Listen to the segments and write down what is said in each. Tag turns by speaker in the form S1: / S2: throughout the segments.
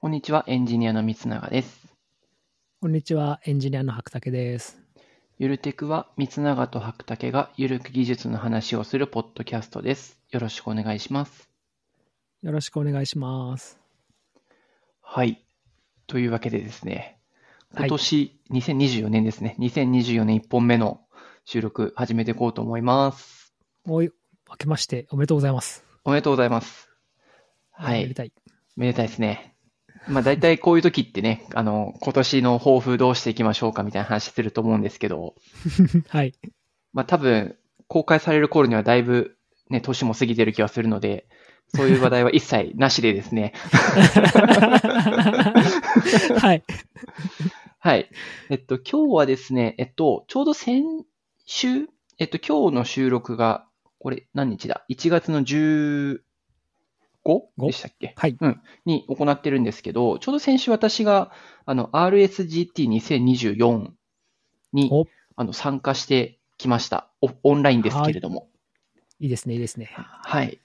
S1: こんにちは、エンジニアの三永です。
S2: こんにちは、エンジニアの白竹です。
S1: ゆるテクは三永と白竹がゆるく技術の話をするポッドキャストです。よろしくお願いします。
S2: よろしくお願いします。
S1: はい。というわけでですね、
S2: は
S1: 今
S2: い
S1: 年2024年ですね、2024年1本目の収録始めていこうと思います。
S2: おい、明けましておめでとうございます。
S1: おめでとうございます。は
S2: めで
S1: い。
S2: たい。
S1: めでたいですね。まあ大体こういう時ってね、あの、今年の抱負どうしていきましょうかみたいな話すると思うんですけど、
S2: はい。
S1: まあ多分、公開される頃にはだいぶね、年も過ぎてる気がするので、そういう話題は一切なしでですね。
S2: はい。
S1: はい。えっと、今日はですね、えっと、ちょうど先週、えっと、今日の収録が、これ何日だ ?1 月の 15?
S2: ご
S1: でしたっけ
S2: はい。
S1: に行ってるんですけど、ちょうど先週私が、あの、RSGT2024 に
S2: お、
S1: あの、参加してきました。オオンラインですけれども。
S2: いいですね、いいですね。
S1: はい。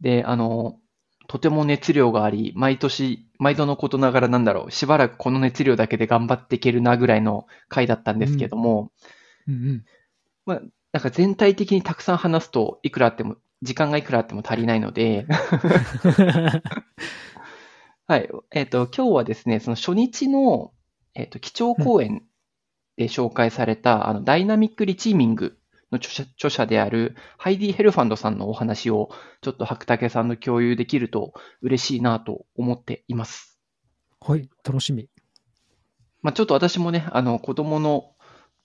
S1: で、あの、とても熱量があり、毎年、毎度のことながらなんだろう、しばらくこの熱量だけで頑張っていけるなぐらいの回だったんですけども、
S2: うんうん。
S1: なんか全体的にたくさん話すといくらあっても、時間がいくらあっても足りないので、はい。えっ、と、今日はですね、その初日の、えっ、と、基調講演で紹介された、あの、ダイナミックリチーミングの著者著者である、ハイディ・ヘルファンドさんのお話を、ちょっと白竹さんの共有できると嬉しいなと思っています。
S2: はい、楽しみ。
S1: まあ、ちょっと私もね、あの、子供の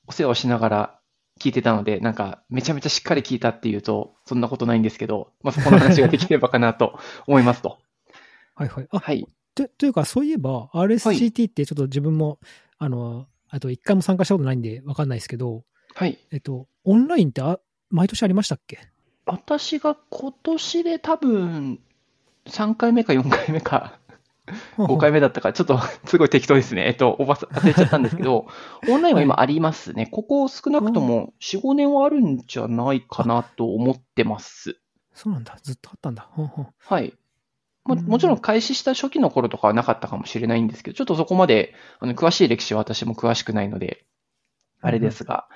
S1: お世話をしながら聞いてたので、なんか、めちゃめちゃしっかり聞いたっていうと、そんなことないんですけど、まあ、そこの話ができればかなと思いますと。
S2: はいはい。あ、
S1: はい。
S2: とというか、そういえば、RSCT ってちょっと自分も、あの、あと一回も参加したことないんで、わかんないですけど、
S1: はい。
S2: えっと、オンラインってあ毎年ありましたっけ
S1: 私が今年で多分3回目か4回目か5回
S2: 目。
S1: 目だったか、ちょっと すごい適当ですね。えっと、おばさん忘れちゃったんですけど、オンラインは今ありますね。ここ少なくとも4、5年はあるんじゃないかなと思ってます。
S2: そうなんだ。ずっとあったんだ。ほんほん
S1: はい。も
S2: うん
S1: もちろん開始した初期の頃とかはなかったかもしれないんですけど、ちょっとそこまであの詳しい歴史は私も詳しくないので、あれですが、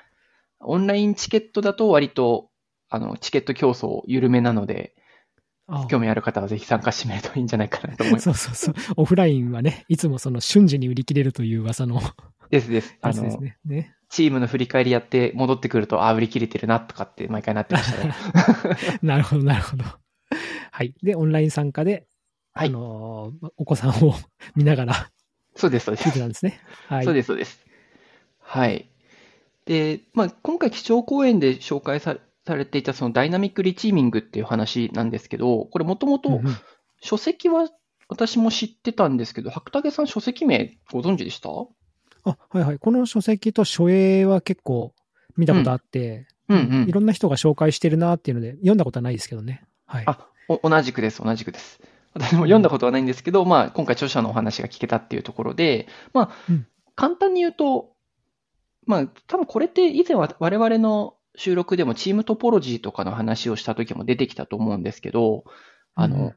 S1: オンラインチケットだと割とあのチケット競争緩めなので、
S2: あ
S1: 興味ある方はぜひ参加してみるといいんじゃないかなと思います。
S2: そうそうそう。オフラインはね、いつもその瞬時に売り切れるという噂の
S1: ですです。あ
S2: やつです
S1: の、
S2: ね。ね。
S1: チームの振り返りやって戻ってくると、あ、売り切れてるなとかって毎回なってましたね。
S2: なるほど、なるほど。はい。で、オンライン参加で、
S1: はい
S2: あのーお子さんを見ながら
S1: そうです、そうで
S2: 聞い
S1: す。
S2: てたんですね。はい。
S1: そうです、そうです。はい。で、まあ、今回、基調講演で紹介さされていた、そのダイナミックリチーミングっていう話なんですけど、これもとも
S2: うんう
S1: と
S2: ん
S1: 書籍は私も知ってたんですけど、白竹さん書籍名ご存知でしたう
S2: あ、はいはい。この書籍と書影は結構見たことあって、
S1: んうん
S2: い。ろんな人が紹介してるなっていうので、読んだことはないですけどね。はい。
S1: あお同じくです、同じくです。私も読んだことはないんですけど、まあ、今回著者のお話が聞けたっていうところで、まあ、
S2: うん
S1: 簡単に言うと、まあ、多分これって以前は我々の収録でもチームトポロジーとかの話をした時も出てきたと思うんですけど、あの、
S2: うん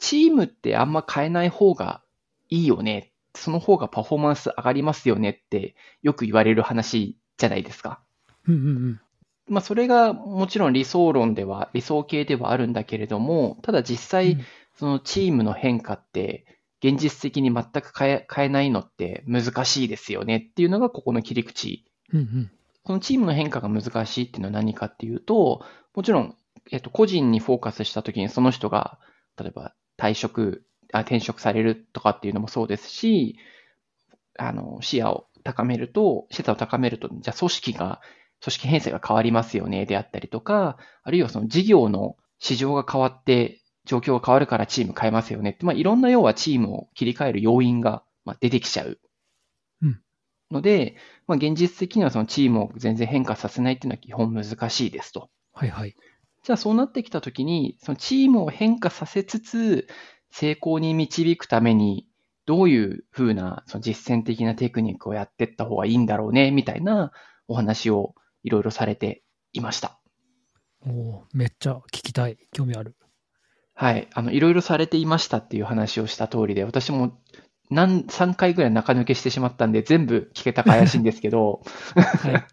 S1: チームってあんま変えない方がいいよね。その方がパフォーマンス上がりますよねってよく言われる話じゃないですか。
S2: うんうんうん。
S1: まあ、それがもちろん理想論では、理想形ではあるんだけれども、ただ実
S2: う
S1: 際
S2: ん、
S1: そのチームの変化って、現実的に全く変え変えないのって難しいですよねっていうのがここの切り口。
S2: うんうん。
S1: このチームの変化が難しいっていうのは何かっていうと、もちろん、えっと、個人にフォーカスしたときにその人が、例えば退職あ、転職されるとかっていうのもそうですし、あの、視野を高めると、視座を高めると、じゃあ組織が、組織編成が変わりますよね、であったりとか、あるいはその事業の市場が変わって、状況が変わるからチーム変えますよねって、まあ、いろんな要はチームを切り替える要因が、まあ、出てきちゃう。
S2: うん
S1: ので、まあ、現実的にはそのチームを全然変化させないっていうのは基本難しいですと。
S2: はいはい。
S1: じゃあそうなってきたときに、そのチームを変化させつつ、成功に導くために、どういうふうなその実践的なテクニックをやっていった方がいいんだろうね、みたいなお話をいろいろされていました。
S2: おおめっちゃ聞きたい。興味ある。
S1: はい。あの、いろいろされていましたっていう話をした通りで、私も何、3回ぐらい中抜けしてしまったんで、全部聞けたか怪しいんですけど、
S2: はい。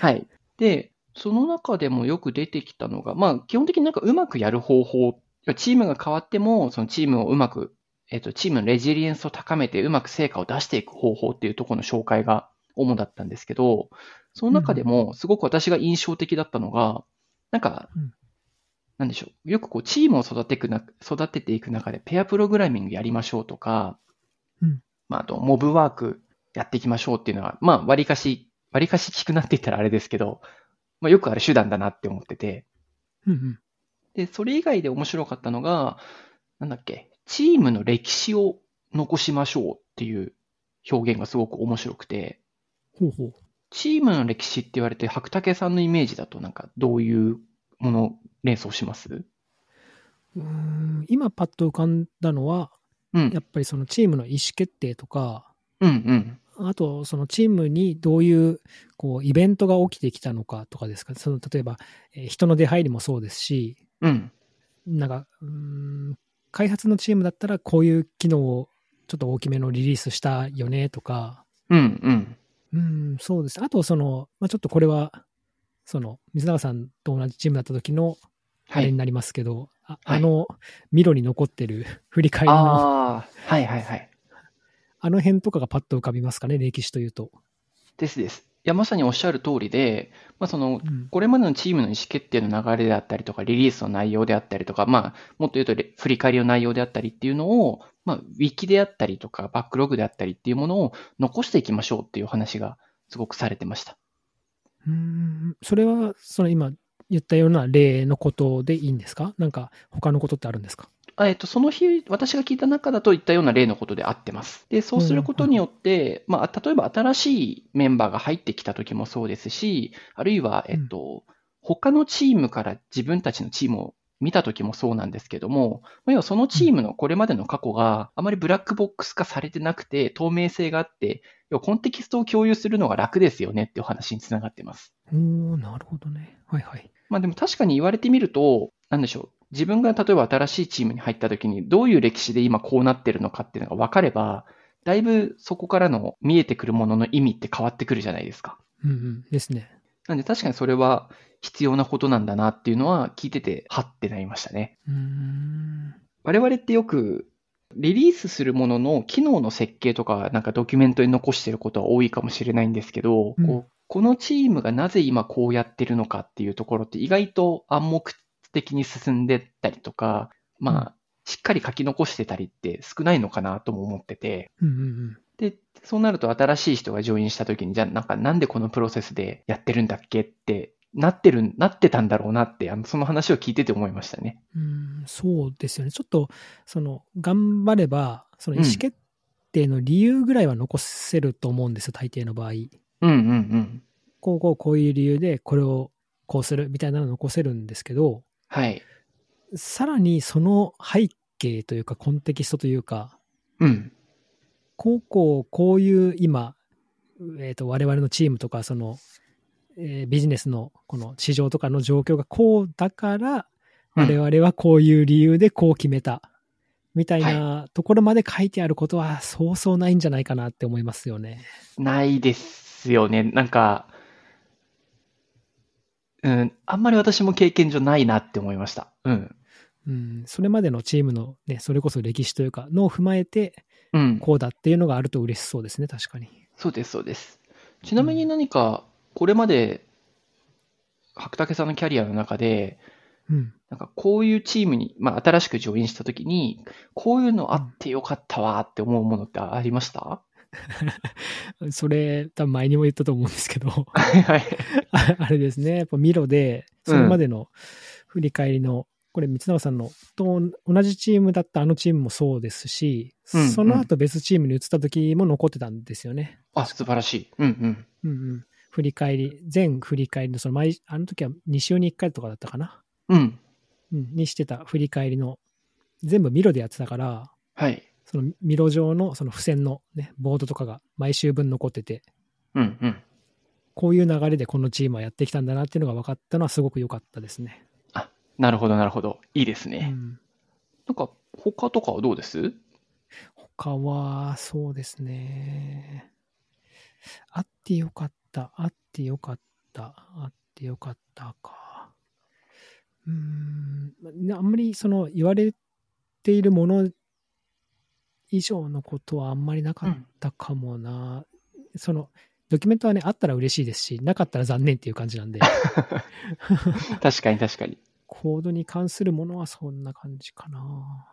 S1: はい。で、その中でもよく出てきたのが、まあ、基本的になんかうまくやる方法、チームが変わっても、そのチームをうまく、えっと、チームのレジリエンスを高めて、うまく成果を出していく方法っていうところの紹介が主だったんですけど、その中でも、すごく私が印象的だったのが、なんか
S2: うん、
S1: なんでしょう。よくこう、チームを育てていくな、育てていく中で、ペアプログラミングやりましょうとか
S2: うん、
S1: まあ、あと、モブワークやっていきましょうっていうのは、まあ、割かし、割かし効くなって言ったらあれですけど、まあ、よくある手段だなって思ってて、
S2: うんうん。
S1: で、それ以外で面白かったのが、なんだっけ、チームの歴史を残しましょうっていう表現がすごく面白くて、
S2: ほうほう。
S1: チームの歴史って言われて、白竹さんのイメージだとなんかどういうものを連想します
S2: うーん今パッと浮かんだのは、
S1: うん。
S2: やっぱりそのチームの意思決定とか、
S1: うんうん。
S2: あと、そのチームにどういう、こう、イベントが起きてきたのかとかですか。その、例えば、えー人の出入りもそうですし、
S1: うん。
S2: なんか、うーん、開発のチームだったら、こういう機能をちょっと大きめのリリースしたよねとか、
S1: うんうん。
S2: うん、そうです。あと、その、まあ、ちょっとこれは、その、水永さんと同じチームだった時の、あ
S1: は
S2: れに
S1: い。
S2: なりますけど、あ
S1: はい
S2: あの、ミロに残ってる 振り返りの、あ
S1: ああ、はいはいはい。
S2: の辺とかがパッと浮かびますかね、歴史というと。
S1: ですです。いや、まさにおっしゃる通りで、まあその、
S2: うん、
S1: これまでのチームの意思決定の流れであったりとか、リリースの内容であったりとか、まあ、もっと言うとレ、振り返りの内容であったりっていうのを、まあ、ウィキであったりとか、バックログであったりっていうものを残していきましょうっていう話がすごくされてました。
S2: うーんそれは、その今言ったような例のことでいいんですかなんか、他のことってあるんですか
S1: あえっと、その日、私が聞いた中だといったような例のことで合ってます。で、そうすることによって、まあ、例えば新しいメンバーが入ってきた時もそうですし、あるいは、えっと、他のチームから自分たちのチームを見た時もそうなんですけども、まあ要はそのチームのこれまでの過去があまりブラックボックス化されてなくて、透明性があって、要はコンテキストを共有するのが楽ですよねっていう話につながってます。
S2: おーなるほどね。はいはい。
S1: まあでも確かに言われてみると、なんでしょう。自分が例えば新しいチームに入った時に、どういう歴史で今こうなってるのかっていうのが分かれば、だいぶそこからの見えてくるものの意味って変わってくるじゃないですか。
S2: うんうんですね。
S1: なんで確かにそれは必要なことなんだなっていうのは聞いてて、はってなりましたね。
S2: うーん。
S1: 我々ってよく、リリースするものの機能の設計とか、なんかドキュメントに残してることは多いかもしれないんですけど、
S2: うん
S1: こうこのチームがなぜ今こうやってるのかっていうところって意外と暗黙的に進んでったりとか、まあ、しっかり書き残してたりって少ないのかなとも思ってて、
S2: うんうんうん。
S1: で、そうなると新しい人がジョインした時に、じゃあなんかなんでこのプロセスでやってるんだっけってなってる、なってたんだろうなって、あのその話を聞いてて思いましたね。
S2: うーんそうですよね。ちょっと、その、頑張れば、その意思決定の理由ぐらいは残せると思うんですよ、大抵の場合。
S1: うんうんうん。
S2: こうこうこういう理由で、これをこうするみたいなの残せるんですけど、
S1: はい。
S2: さらにその背景というか、コンテキストというか、
S1: うん。
S2: こうこうこういう今、えー、と我々のチームとかその、えービジネスのこの市場とかの状況がこうだから
S1: うん
S2: 我々はこういう理由でこう決めた、みたいなところまで書いてあることはそうそうないんじゃないかなって思いますよね。
S1: ないですよね。なんか、うん、あんまり私も経験上ないなって思いました。うん。
S2: うん、それまでのチームのねそれこそ歴史というかのを踏まえて
S1: うん。
S2: こうだっていうのがあると嬉しそうですね確かに。
S1: そうです、そうです。ちなみに何か、これまで、白竹さんのキャリアの中で、
S2: うん、
S1: なんかこういうチームに、まあ新しくジョインしたときに、こういうのあってよかったわって思うものってありました、
S2: それ多分前にも言ったと思うんですけ ど。
S1: はいはい。
S2: ああれですね、やっぱミロで、
S1: うん
S2: それまでの振り返りの、これ、三永さんのと同じチームだったあのチームもそうですし、
S1: うん
S2: その後別チームに移った時も残ってたんですよね。
S1: あ、素晴らしい。うんうん。
S2: うんうん。振り返り、全振り返りの、その毎、あの時は2週に1回とかだったかな。
S1: うん。
S2: うん、にしてた振り返りの、全部ミロでやってたから、
S1: はい。
S2: そのミロ上のその付箋のね、ボードとかが毎週分残ってて、
S1: うんうん。
S2: こういう流れでこのチームはやってきたんだなっていうのが分かったのはすごく良かったですね。
S1: あ、なるほど、なるほど。いいです
S2: う
S1: ね。
S2: ん、
S1: なんか、他とかはどうです
S2: かは、そうですね。あってよかった、あってよかった、あってよかったか。うーん、まあんまりその言われているもの以上のことはあんまりなかったかもな。その、ドキュメントはね、あったら嬉しいですし、なかったら残念っていう感じなんで。
S1: 確かに確かに。い
S2: コードに関するものはそんな感じかな。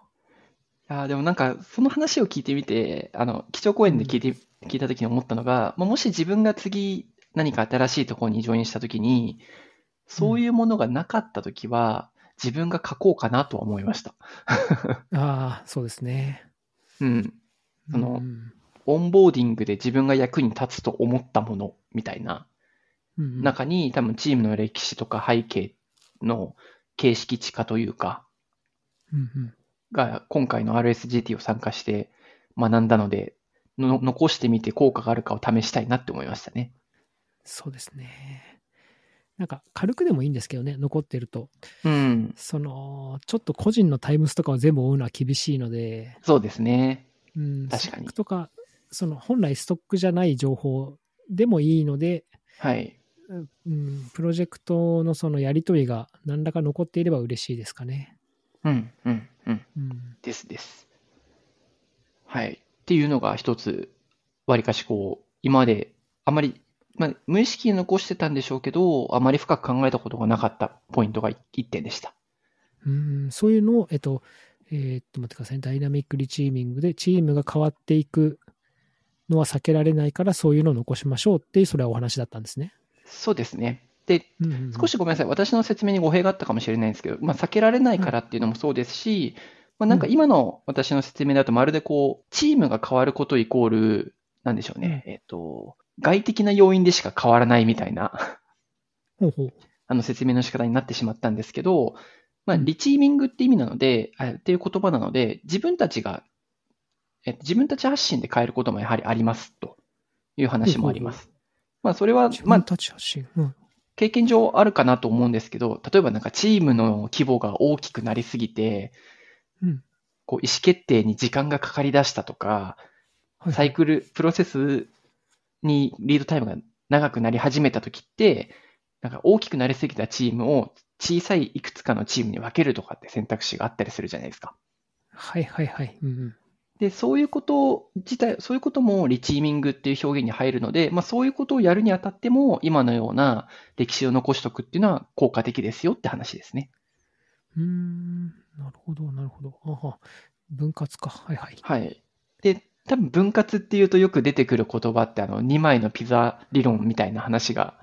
S1: やーでもなんか、その話を聞いてみて、あの、基調講演で聞いて、聞いた時に思ったのが、まあもし自分が次何か新しいところにジョインした時に、そういうものがなかった時は、自分が書こうかなとは思いました。
S2: ああ、そうですね。
S1: うん。その
S2: うん
S1: オンボーディングで自分が役に立つと思ったものみたいな
S2: うん、
S1: 中に多分チームの歴史とか背景の形式地化というか
S2: うんうん
S1: が今回の RSGT を参加して学んだのでの残してみて効果があるかを試したいなって思いましたね。
S2: そうですね。なんか軽くでもいいんですけどね、残ってると。
S1: うん。
S2: その、ちょっと個人のタイムスとかを全部追うのは厳しいので、
S1: そうですね。
S2: うん、
S1: 確かに
S2: ストックとか、その本来ストックじゃない情報でもいいので、
S1: はい。
S2: うん、プロジェクトのそのやりとりが何らか残っていれば嬉しいですかね。
S1: うん、うん、うん。
S2: うん、
S1: ですです。はい。っていうのが一つ、わりかしこう、今まであまり、まあ、無意識に残してたんでしょうけど、あまり深く考えたことがなかったポイントが一点でした。
S2: うん、そういうのを、えっと、えーっと、待ってくださいね。ダイナミックリチーミングで、チームが変わっていくのは避けられないから、そういうのを残しましょうっていう、それはお話だったんですね。
S1: そうですね。で、
S2: うんうんうん
S1: 少しごめんなさい。私の説明に語弊があったかもしれないんですけど、まあ、避けられないからっていうのもそうですし、まあ、なんか今の私の説明だとまるでこう、チームが変わることイコール、なんでしょうね。えっと、外的な要因でしか変わらないみたいな。
S2: ほうほう。
S1: あの説明の仕方になってしまったんですけど、まあ、
S2: うん
S1: リチーミングって意味なので、あっていう言葉なので、自分たちが、えっと自分たち発信で変えることもやはりありますという話もあります。まあ、それは、
S2: 自
S1: ま
S2: 分
S1: あ、
S2: たち発信。うん。
S1: 経験上あるかなと思うんですけど、例えばなんかチームの規模が大きくなりすぎて、
S2: うん
S1: こう意思決定に時間がかかりだしたとか、
S2: はい
S1: サイクル、プロセスにリードタイムが長くなり始めたときって、なんか大きくなりすぎたチームを小さいいくつかのチームに分けるとかって選択肢があったりするじゃないですか。
S2: はいはいはい。うんうん。
S1: で、そういうこと自体、そういうこともリチーミングっていう表現に入るので、まあそういうことをやるにあたっても、今のような歴史を残しとくっていうのは効果的ですよって話ですね。
S2: うーん。なるほど、なるほど。あは。分割か。はいはい。
S1: はい。で、多分分割っていうとよく出てくる言葉ってあの2枚のピザ理論みたいな話が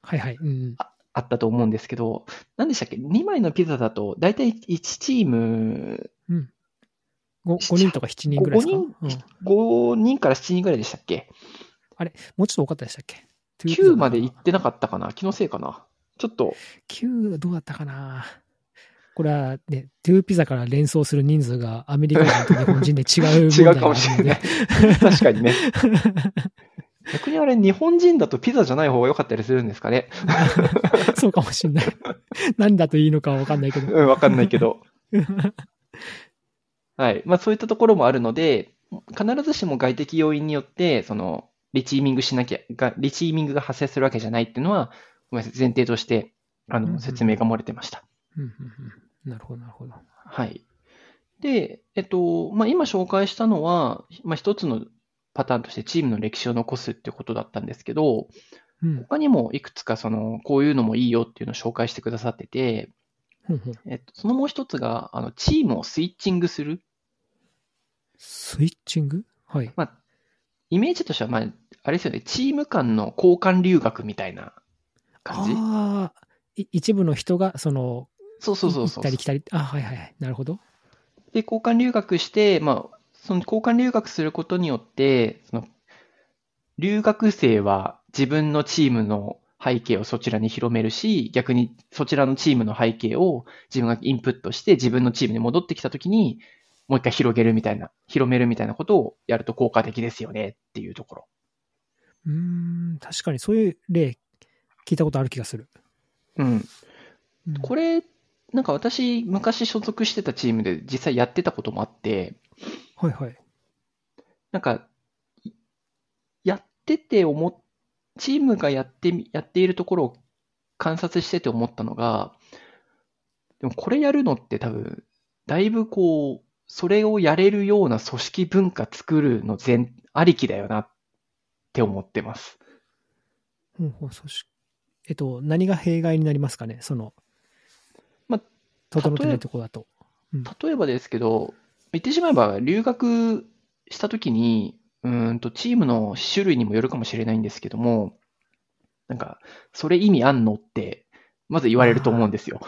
S2: はいはい。うんうん。
S1: あったと思うんですけど、何でしたっけ ?2 枚のピザだと、だいたい1チーム、
S2: 5, 人とか7人ぐらいですか、
S1: 5
S2: うん
S1: 人、5人から7人ぐらいでしたっけ
S2: もうちょっと多かったでしたっけ
S1: ?9 まで行ってなかったかな気のせいかなちょっと、
S2: 9どうだったかなこれはね、トゥーピザから連想する人数がアメリカ人と日本人で 違う
S1: 違う
S2: 問題
S1: か
S2: があ
S1: もし
S2: る
S1: れ
S2: の
S1: ない
S2: で。。
S1: 確かにね。逆にあれ、日本人だとピザじゃない方が良かったりするんですかね
S2: そうかもしれない。何だといいのかは分かんないけど。
S1: うん、わかんないけ ど。はい。まあそういったところもあるので、必ずしも外的要因によって、その、リチーミングしなきゃ、がリチーミングが発生するわけじゃないっていうのは、ごめんなさい、前提として、あ
S2: うんう
S1: の、
S2: ん
S1: 説明が漏れてました。
S2: うんうんうんなるほど、なるほど。
S1: はい。で、えっと、まあ今紹介したのは、まあ一つのパターンとしてチームの歴史を残すっていうことだったんですけど、
S2: うん。
S1: 他にもいくつかその、こういうのもいいよっていうのを紹介してくださってて、
S2: ほんほん
S1: えっと、そのもう一つが、あの、チームをスイッチングする
S2: スイッチングはい。
S1: まあ、イメージとしては、まあ、あれですよね、チーム間の交換留学みたいな感じ
S2: ああ、い一部の人が、その、
S1: そうそうそうそう
S2: 行った。り来たり。あはいはいはい。なるほど。
S1: で、交換留学して、まあ、その交換留学することによって、その、留学生は自分のチームの背景をそちらに広めるし、逆にそちらのチームの背景を自分がインプットして自分のチームに戻ってきたときに、もう一回広げるみたいな、広めるみたいなことをやると効果的ですよねっていうところ。
S2: うーん、確かにそういう例、聞いたことある気がする。
S1: うん。
S2: うん
S1: これ、なんか私、昔所属してたチームで実際やってたこともあって、
S2: はいはい。
S1: なんか、いやってて思っ、チームがやってみ、やっているところを観察してて思ったのが、でもこれやるのって多分、だいぶこう、それをやれるような組織文化作るの前、ありきだよなって思ってます。
S2: ほうほう、組織。えっと、何が弊害になりますかね、その、
S1: まあ、
S2: 整ってないところだと。
S1: 例えばですけど、言ってしまえば留学したときに、うーんとチームの種類にもよるかもしれないんですけども、なんか、それ意味あんのって、まず言われると思うんですよ。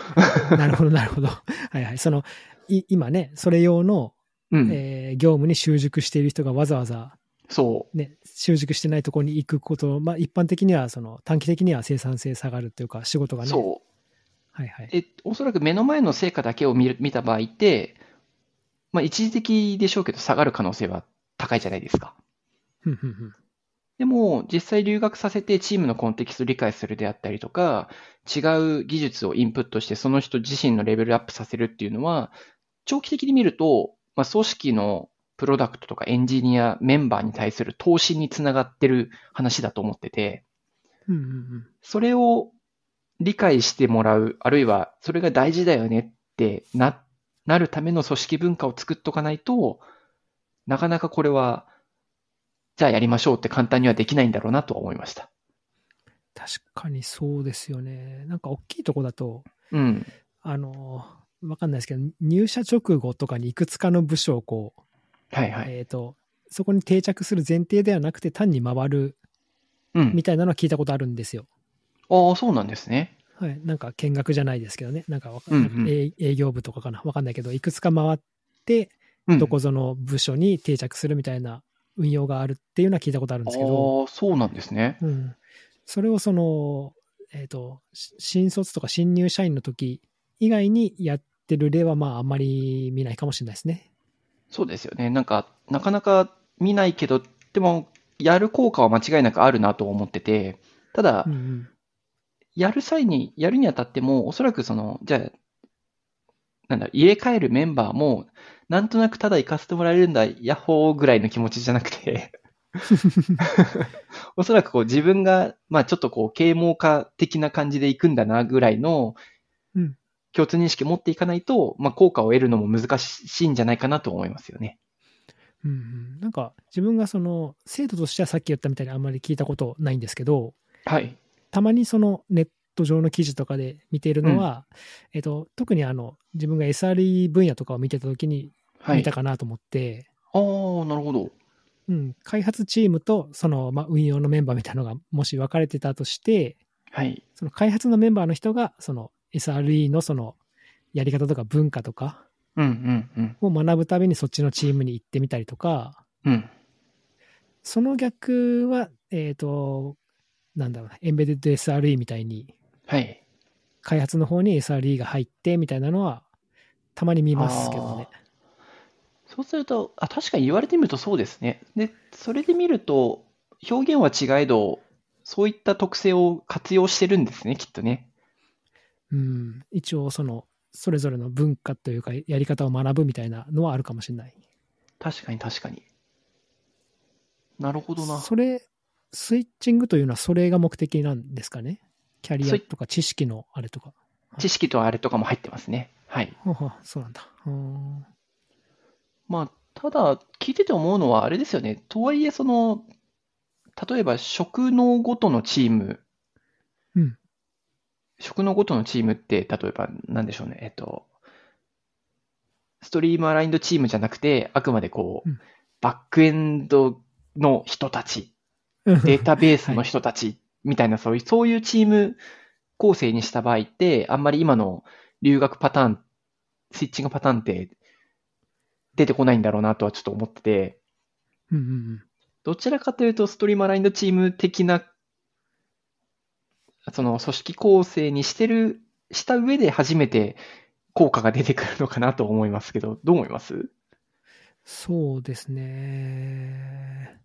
S2: なるほど、なるほど。はいはい。その、い今ね、それ用の、
S1: うん、
S2: えー業務に習熟している人がわざわざ、
S1: そ
S2: ね、習熟してないところに行くこと、まあ、一般的には、その、短期的には生産性下がるというか、仕事が
S1: う、
S2: ね。
S1: そう。
S2: はいはい。
S1: で、おそらく目の前の成果だけを見る見た場合って、まあ、一時的でしょうけど、下がる可能性は高いじゃないですか。
S2: ふんふんふん
S1: でも、実際留学させてチームのコンテキストを理解するであったりとか、違う技術をインプットして、その人自身のレベルアップさせるっていうのは、長期的に見ると、まあ、組織のプロダクトとかエンジニアメンバーに対する投資につながってる話だと思ってて、
S2: うんうんうん。
S1: それを理解してもらう、あるいはそれが大事だよねってな、なるための組織文化を作っとかないと、なかなかこれは、じゃあやりましょうって簡単にはできないんだろうなとは思いました。
S2: 確かにそうですよね。なんか大きいとこだと、
S1: うん。
S2: あの、わかんないですけど、入社直後とかにいくつかの部署をこう、
S1: はいはい。
S2: えっ、と、そこに定着する前提ではなくて、単に回る
S1: うん
S2: み。たいなのは聞いたことあるんですよ。
S1: ああ、そうなんですね。
S2: はい。なんか見学じゃないですけどね。なんかわか
S1: うん
S2: なんか
S1: うん
S2: 営営業部とかかな。わかんないけど、いくつか回って、
S1: うん。
S2: どこぞの部署に定着するみたいな運用があるっていうのは聞いたことあるんですけど、
S1: ああ、そうなんですね。
S2: うん。それをその、えっ、と、し新卒とか新入社員の時以外にやってる例は、まあ、あんまり見ないかもしれないですね。
S1: そうですよね。なんか、なかなか見ないけど、でも、やる効果は間違いなくあるなと思ってて、ただ、
S2: うんうん。
S1: やる際に、やるにあたっても、おそらくその、じゃあ、なんだ、入れ替えるメンバーも、なんとなくただ行かせてもらえるんだ、ヤッホーぐらいの気持ちじゃなく て、おそらくこう自分が、まあちょっとこう、啓蒙家的な感じで行くんだな、ぐらいの
S2: うん、
S1: 共通認識を持っていかないと、まあ効果を得るのも難しいんじゃないかなと思いますよね。
S2: うんうん、なんか自分がその制度としてはさっき言ったみたいにあんまり聞いたことないんですけど
S1: はい。
S2: たまにそのネット上の記事とかで見ているのは、えっと、特にあの自分が SRE 分野とかを見てた時に
S1: は
S2: 見
S1: い。
S2: た
S1: あ
S2: かなと思って、
S1: あー、なるほど。
S2: うん、開発チームとその、まあ、運用のメンバーみたいなのがもし分かれてたとして
S1: はい。
S2: その開発のメンバーの人がその SRE のそのやり方とか文化とか
S1: うんうん
S2: を学ぶためにそっちのチームに行ってみたりとか
S1: うん。うん。
S2: その逆は、えっ、と、なんだろうな、エンベデッド SRE みたいに、
S1: はい。
S2: 開発の方に SRE が入ってみたいなのは、たまに見ますけどね。
S1: そうすると、あ、確かに言われてみるとそうですね。で、それで見ると、表現は違えど、そういった特性を活用してるんですね、きっとね。
S2: うん。一応、その、それぞれの文化というか、やり方を学ぶみたいなのはあるかもしれない。
S1: 確かに確かに。なるほどな。
S2: それ、スイッチングというのは、それが目的なんですかね。キャリ
S1: ス
S2: ア
S1: イ
S2: とか知識のあれとか。
S1: 知識とあれとかも入ってますね。はい。
S2: ははそうなんだ。うん。
S1: まあ、ただ、聞いてて思うのは、あれですよね。とはいえ、その、例えば、職能ごとのチーム、
S2: うん
S1: 職能ごとのチームって、例えば、なんでしょうね。えっと、ストリームアラインドチームじゃなくて、あくまでこう、
S2: うん
S1: バックエンドの人たち、データベースの人たち、みたいな、そういう、そういうチーム構成にした場合って、あんまり今の留学パターン、スイッチングパターンって出てこないんだろうなとはちょっと思ってて、
S2: うんうんうん。
S1: どちらかというとストリームアラインドチーム的な、その組織構成にしてる、した上で初めて効果が出てくるのかなと思いますけど、どう思います
S2: そうですね。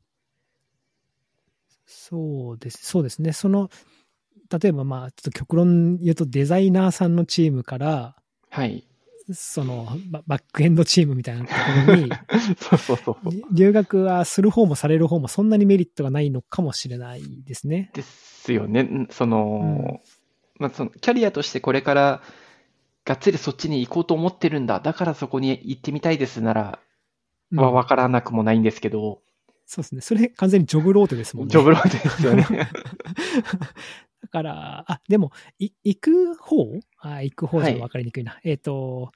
S2: そうです。そうですね。その、例えばまあ、ちょっと極論言うと、デザイナーさんのチームから、
S1: はい。
S2: その、ババックエンドチームみたいなところに、
S1: そうそうそう。
S2: り留学はする方もされる方もそんなにメリットがないのかもしれないですね。
S1: ですよね。その、まあ、そのキャリアとしてこれからがっつりそっちに行こうと思ってるんだ。だからそこに行ってみたいですなら、
S2: うん
S1: はわからなくもないんですけど、
S2: そうですね。それ完全にジョブローテですもんね。
S1: ジョブローテですよね。
S2: だから、あ、でも、い行く方あ行く方じゃ
S1: はい
S2: 分かりにくいな。えっ、と、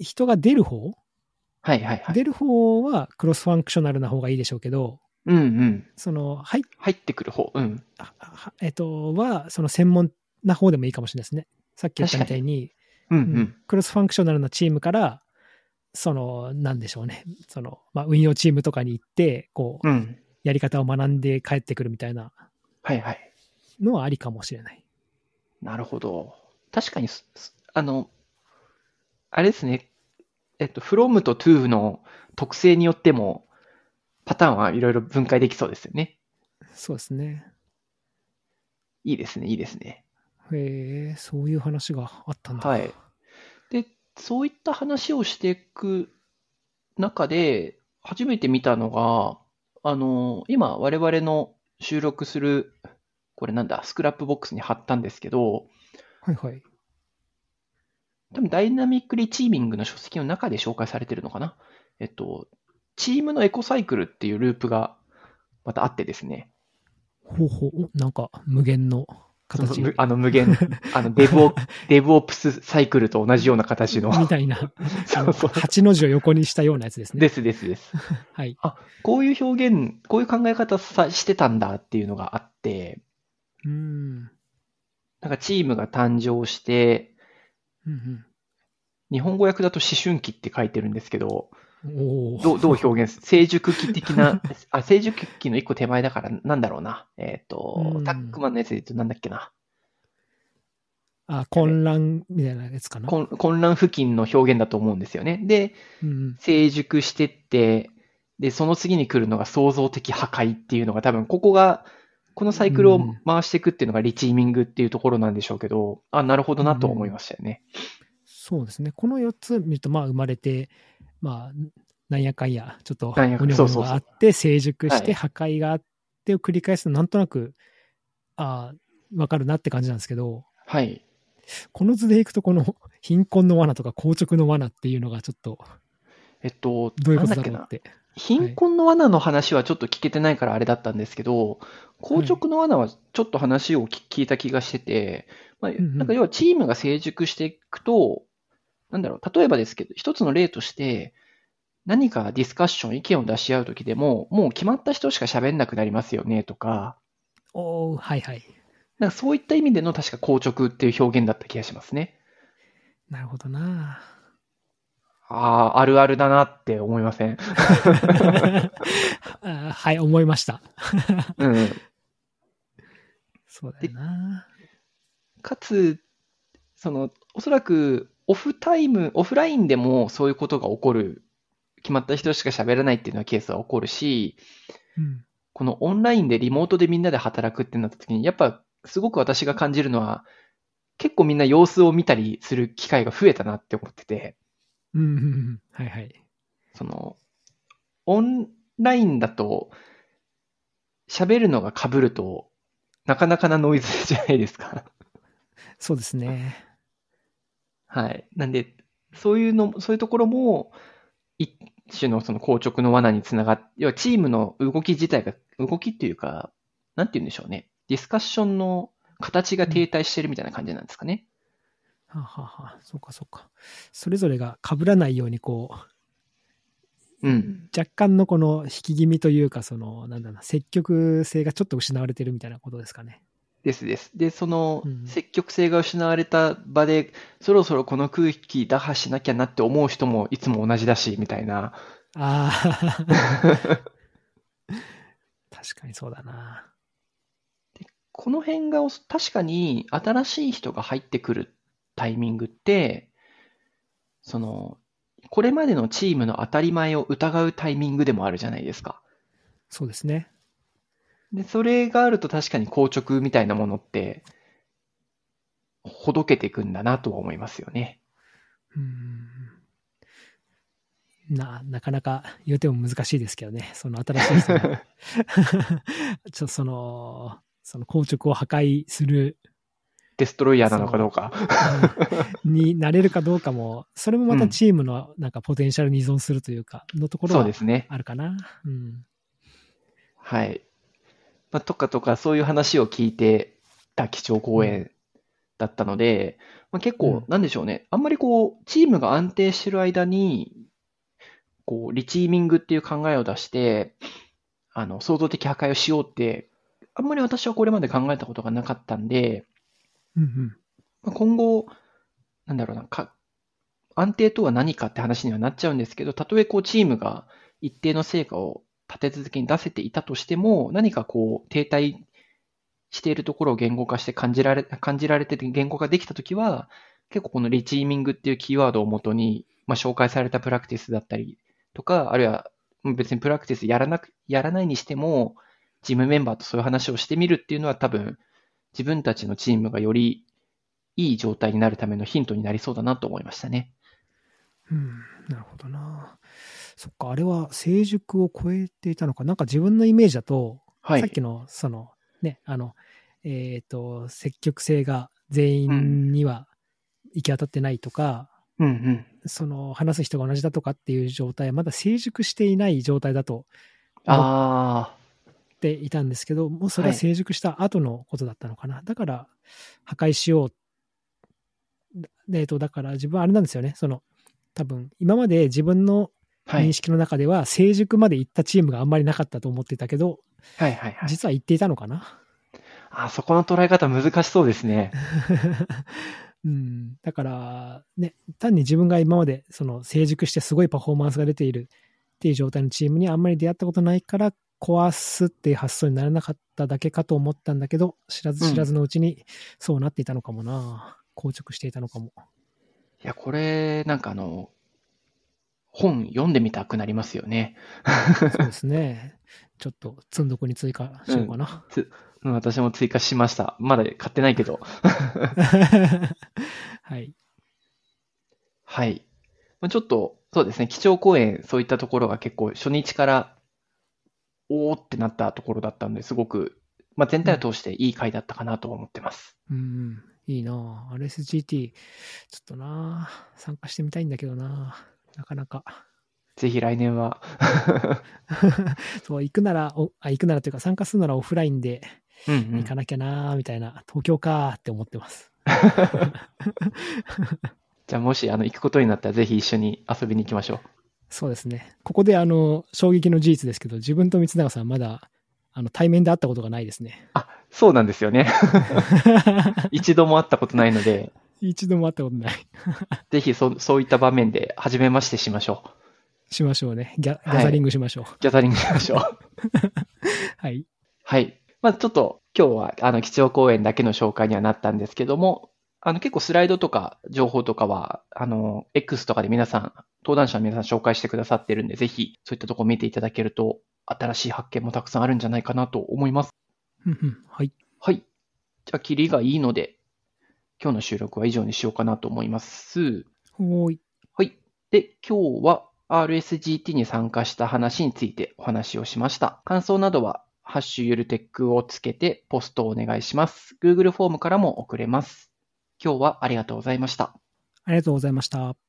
S2: 人が出る方、
S1: はいはいはい。
S2: 出る方はクロスファンクショナルな方がいいでしょうけど、
S1: うんうん。
S2: その、はい、
S1: 入ってくる方、うん。
S2: ははえっ、と、は、その専門な方でもいいかもしれないですね。さっき言ったみたいに、
S1: うんう
S2: うんん。クロスファンクショナルなチームから、その、なんでしょうね。その、まあ、運用チームとかに行って、こう、
S1: うん。
S2: やり方を学んで帰ってくるみたいな
S1: はいはい。
S2: のはありかもしれない。
S1: なるほど。確かにす、すあの、あれですね。えっと、from と to の特性によっても、パターンはいろいろ分解できそうですよね。
S2: そうですね。
S1: いいですね、いいですね。
S2: へえ、そういう話があったんだ。
S1: はい。で、そういった話をしていく中で、初めて見たのが、あの、今、我々の収録する、これなんだ、スクラップボックスに貼ったんですけど、
S2: はいはい。
S1: 多分ダイナミックリチーミングの書籍の中で紹介されてるのかな。えっと、チームのエコサイクルっていうループがまたあってですね、
S2: ほうほう、おなんか無限の形
S1: むあの無 限、あのデブオ、デブオプスサイクルと同じような形の。
S2: みたいな、
S1: そうそう。
S2: 8の字を横にしたようなやつですね。
S1: ですですです。
S2: はい。
S1: こういう表現、こういう考え方さしてたんだっていうのがあって、
S2: うーん。
S1: なんかチームが誕生して、
S2: うん
S1: 日本語訳だと思春期って書いてるんですけど、
S2: うん、おお。
S1: どうどう表現す成熟期的な、あ成熟期の一個手前だから、なんだろうな。えっ、
S2: う
S1: と
S2: ん、
S1: タックマンのやつで言うとなんだっけな。
S2: あ、混乱みたいなやつかな。
S1: 混混乱付近の表現だと思うんですよね。で、
S2: うんうん、
S1: 成熟してって、で、その次に来るのが創造的破壊っていうのが多分、ここが、このサイクルを回していくっていうのがリチーミングっていうところなんでしょうけど、あ、なるほどなと思いましたよね。
S2: そうですね。この4つ見ると、まあ、生まれて、まあ、なんやかんや、ちょっと、
S1: なんやか
S2: むにょ
S1: そう
S2: むに
S1: そ
S2: ょ
S1: うそう
S2: があって、成熟し
S1: は
S2: て、
S1: い
S2: 破壊があって、を繰り返すと、なんとなく、ああ、わかるなって感じなんですけど、
S1: はい。
S2: この図でいくと、この貧困の罠とか硬直の罠っていうのがちょっと、
S1: えっと、
S2: どういう
S1: な
S2: こ
S1: んだ
S2: とだ
S1: っけ
S2: ろうっ
S1: な。
S2: て。
S1: 貧困の罠の話はちょっと聞けてないからあれだったんですけど、硬直の罠はちょっと話を聞聞いた気がしてて、まあ、
S2: んうん
S1: なんか要はチームが成熟していくと、なんだろう、例えばですけど、一つの例として、何かディスカッション、意見を出し合うときでも、もう決まった人しか喋んなくなりますよねとか、
S2: おおはいはい。
S1: なんかそういった意味での確か硬直っていう表現だった気がしますね。
S2: なるほどな。
S1: ああ、あるあるだなって思いません。
S2: あはい、思いました。
S1: うん。
S2: そうだよな。
S1: かつ、その、おそらく、オフタイム、オフラインでもそういうことが起こる、決まった人しか喋らないっていうようなケースは起こるし、
S2: うん。
S1: このオンラインでリモートでみんなで働くってなった時に、やっぱ、すごく私が感じるのは、結構みんな様子を見たりする機会が増えたなって思ってて、
S2: うんうんうん。はいはい。
S1: その、オンラインだと、喋るのが被ると、なかなかなノイズじゃないですか。
S2: そうですね。
S1: はい。なんで、そういうの、そういうところも、一種のその硬直の罠につながっ要はチームの動き自体が、動きっていうか、なんて言うんでしょうね。ディスカッションの形が停滞してるみたいな感じなんですかね。
S2: はあはあはあ、そうかそうか。それぞれが被らないように、こ
S1: う
S2: う、
S1: ん。
S2: 若干のこの引き気味というか、その、なんだろうな、積極性がちょっと失われてるみたいなことですかね。
S1: ですです。で、その
S2: うん
S1: 積極性が失われた場で、そろそろこの空気打破しなきゃなって思う人もいつも同じだし、みたいな。
S2: ああ。 確かにそうだな。
S1: この辺がおそ確かに新しい人が入ってくるタイミングって、その、これまでのチームの当たり前を疑うタイミングでもあるじゃないですか。
S2: そうですね。
S1: で、それがあると確かに硬直みたいなものって、ほどけていくんだなとは思いますよね。
S2: うん。な、なかなか言うても難しいですけどね。その新しいその ちょっとその、その硬直を破壊する、
S1: デストロイヤーなのかどうか。
S2: うんになれるかどうかも、それもまたチームのなんかポテンシャルに依存するというか、のところ
S1: そう
S2: は
S1: ですね。
S2: あるかな。うん。
S1: はい。まあ、とかとか、そういう話を聞いてた基調講演だったので、まあ、結
S2: うん
S1: 構、なんでしょうね、あんまりこう、チームが安定してる間に、こう、リチーミングっていう考えを出して、あの、創造的破壊をしようって、あんまり私はこれまで考えたことがなかったんで、
S2: うんうん。
S1: まあ、今後、なんだろうな、か、安定とは何かって話にはなっちゃうんですけど、たとえこうチームが一定の成果を立て続けに出せていたとしても、何かこう停滞しているところを言語化して感じられ、感じられて言語化できたときは、結構このリチーミングっていうキーワードをもとに、まあ、紹介されたプラクティスだったりとか、あるいはうん別にプラクティスやらなく、やらないにしても、チームメンバーとそういう話をしてみるっていうのは多分、自分たちのチームがよりいい状態になるためのヒントになりそうだなと思いましたね。
S2: うん、なるほどな。そっか、あれは成熟を超えていたのか。なんか自分のイメージだと、
S1: はい。
S2: さっきの、その、ね、あの、えっ、と、積極性が全員には行き渡ってないとか、
S1: うんうん。
S2: その、話す人が同じだとかっていう状態、まだ成熟していない状態だと思
S1: ああ、
S2: っていたんですけど、もうそれは
S1: はい
S2: 成熟した後のことだったのかな。だから、破壊しよう。でえっと、だから自分はあれなんですよね。その、多分、今まで自分の
S1: は
S2: 認
S1: い。
S2: 識の中では成熟まで行ったチームがあんまりなかったと思ってたけど、
S1: はいはいはい。
S2: 実は行っていたのかな。
S1: あそこの捉え方難しそうです ね。
S2: うん、だから、ね、単に自分が今までその成熟してすごいパフォーマンスが出ているっていう状態のチームにあんまり出会ったことないから壊すっていう発想にならなかっただけかと思ったんだけど、知らず知らずのうちにそうなっていたのかもな。硬直していたのかも。
S1: いや、これ、なんかあの、本読んでみたくなりますよね。
S2: そうです ね。ちょっと積んどくに追加しようかな。
S1: うん私も追加しました。まだ買ってないけど。
S2: はい。
S1: はい。まあ、ちょっと、そうですね、基調講演、そういったところが結構初日から、おーってなったところだったんで、すごく、まあ、全体を通していい回だったかなと思ってます。
S2: うんうん、いいなあ RSGT、ちょっとなあ参加してみたいんだけどなあなかなか。
S1: ぜひ来年は。
S2: そう、行くならおあ、行くならというか、参加するならオフラインで
S1: うんう
S2: 行
S1: ん
S2: かなきゃなあみたいな、東京かーって思ってます。
S1: じゃあもしあの行くことになったらぜひ一緒に遊びに行きましょう。
S2: そうですね。ここで、あの、衝撃の事実ですけど、自分と光永さん、まだ、あの、対面で会ったことがないですね。
S1: そうなんですよね。 一度も会ったことないので、
S2: 一度も会ったことない。
S1: ぜひそそういった場面で初めましてしましょ
S2: しましょうね。ギャギ
S1: はい
S2: ャザリングしましょう。
S1: う。ギャザリングしましょ う。
S2: はい。
S1: はい。まあちょっと今日はあの基調講演だけの紹介にはなったんですけども、あの結構スライドとか情報とかは、あの、X とかで皆さん、登壇者の皆さん紹介してくださってるんで、ぜひそういったところ見ていただけると、新しい発見もたくさんあるんじゃないかなと思います。
S2: うんうんはい。
S1: はい。じゃあ、キリがいいので、今日の収録は以上にしようかなと思います。
S2: ほーい。
S1: はい。で、今日は RSGT に参加した話についてお話をしました。感想などは、ハッシュゆるテックをつけてポストをお願いします。Google フォームからも送れます。今日はありがとうございました。
S2: ありがとうございました。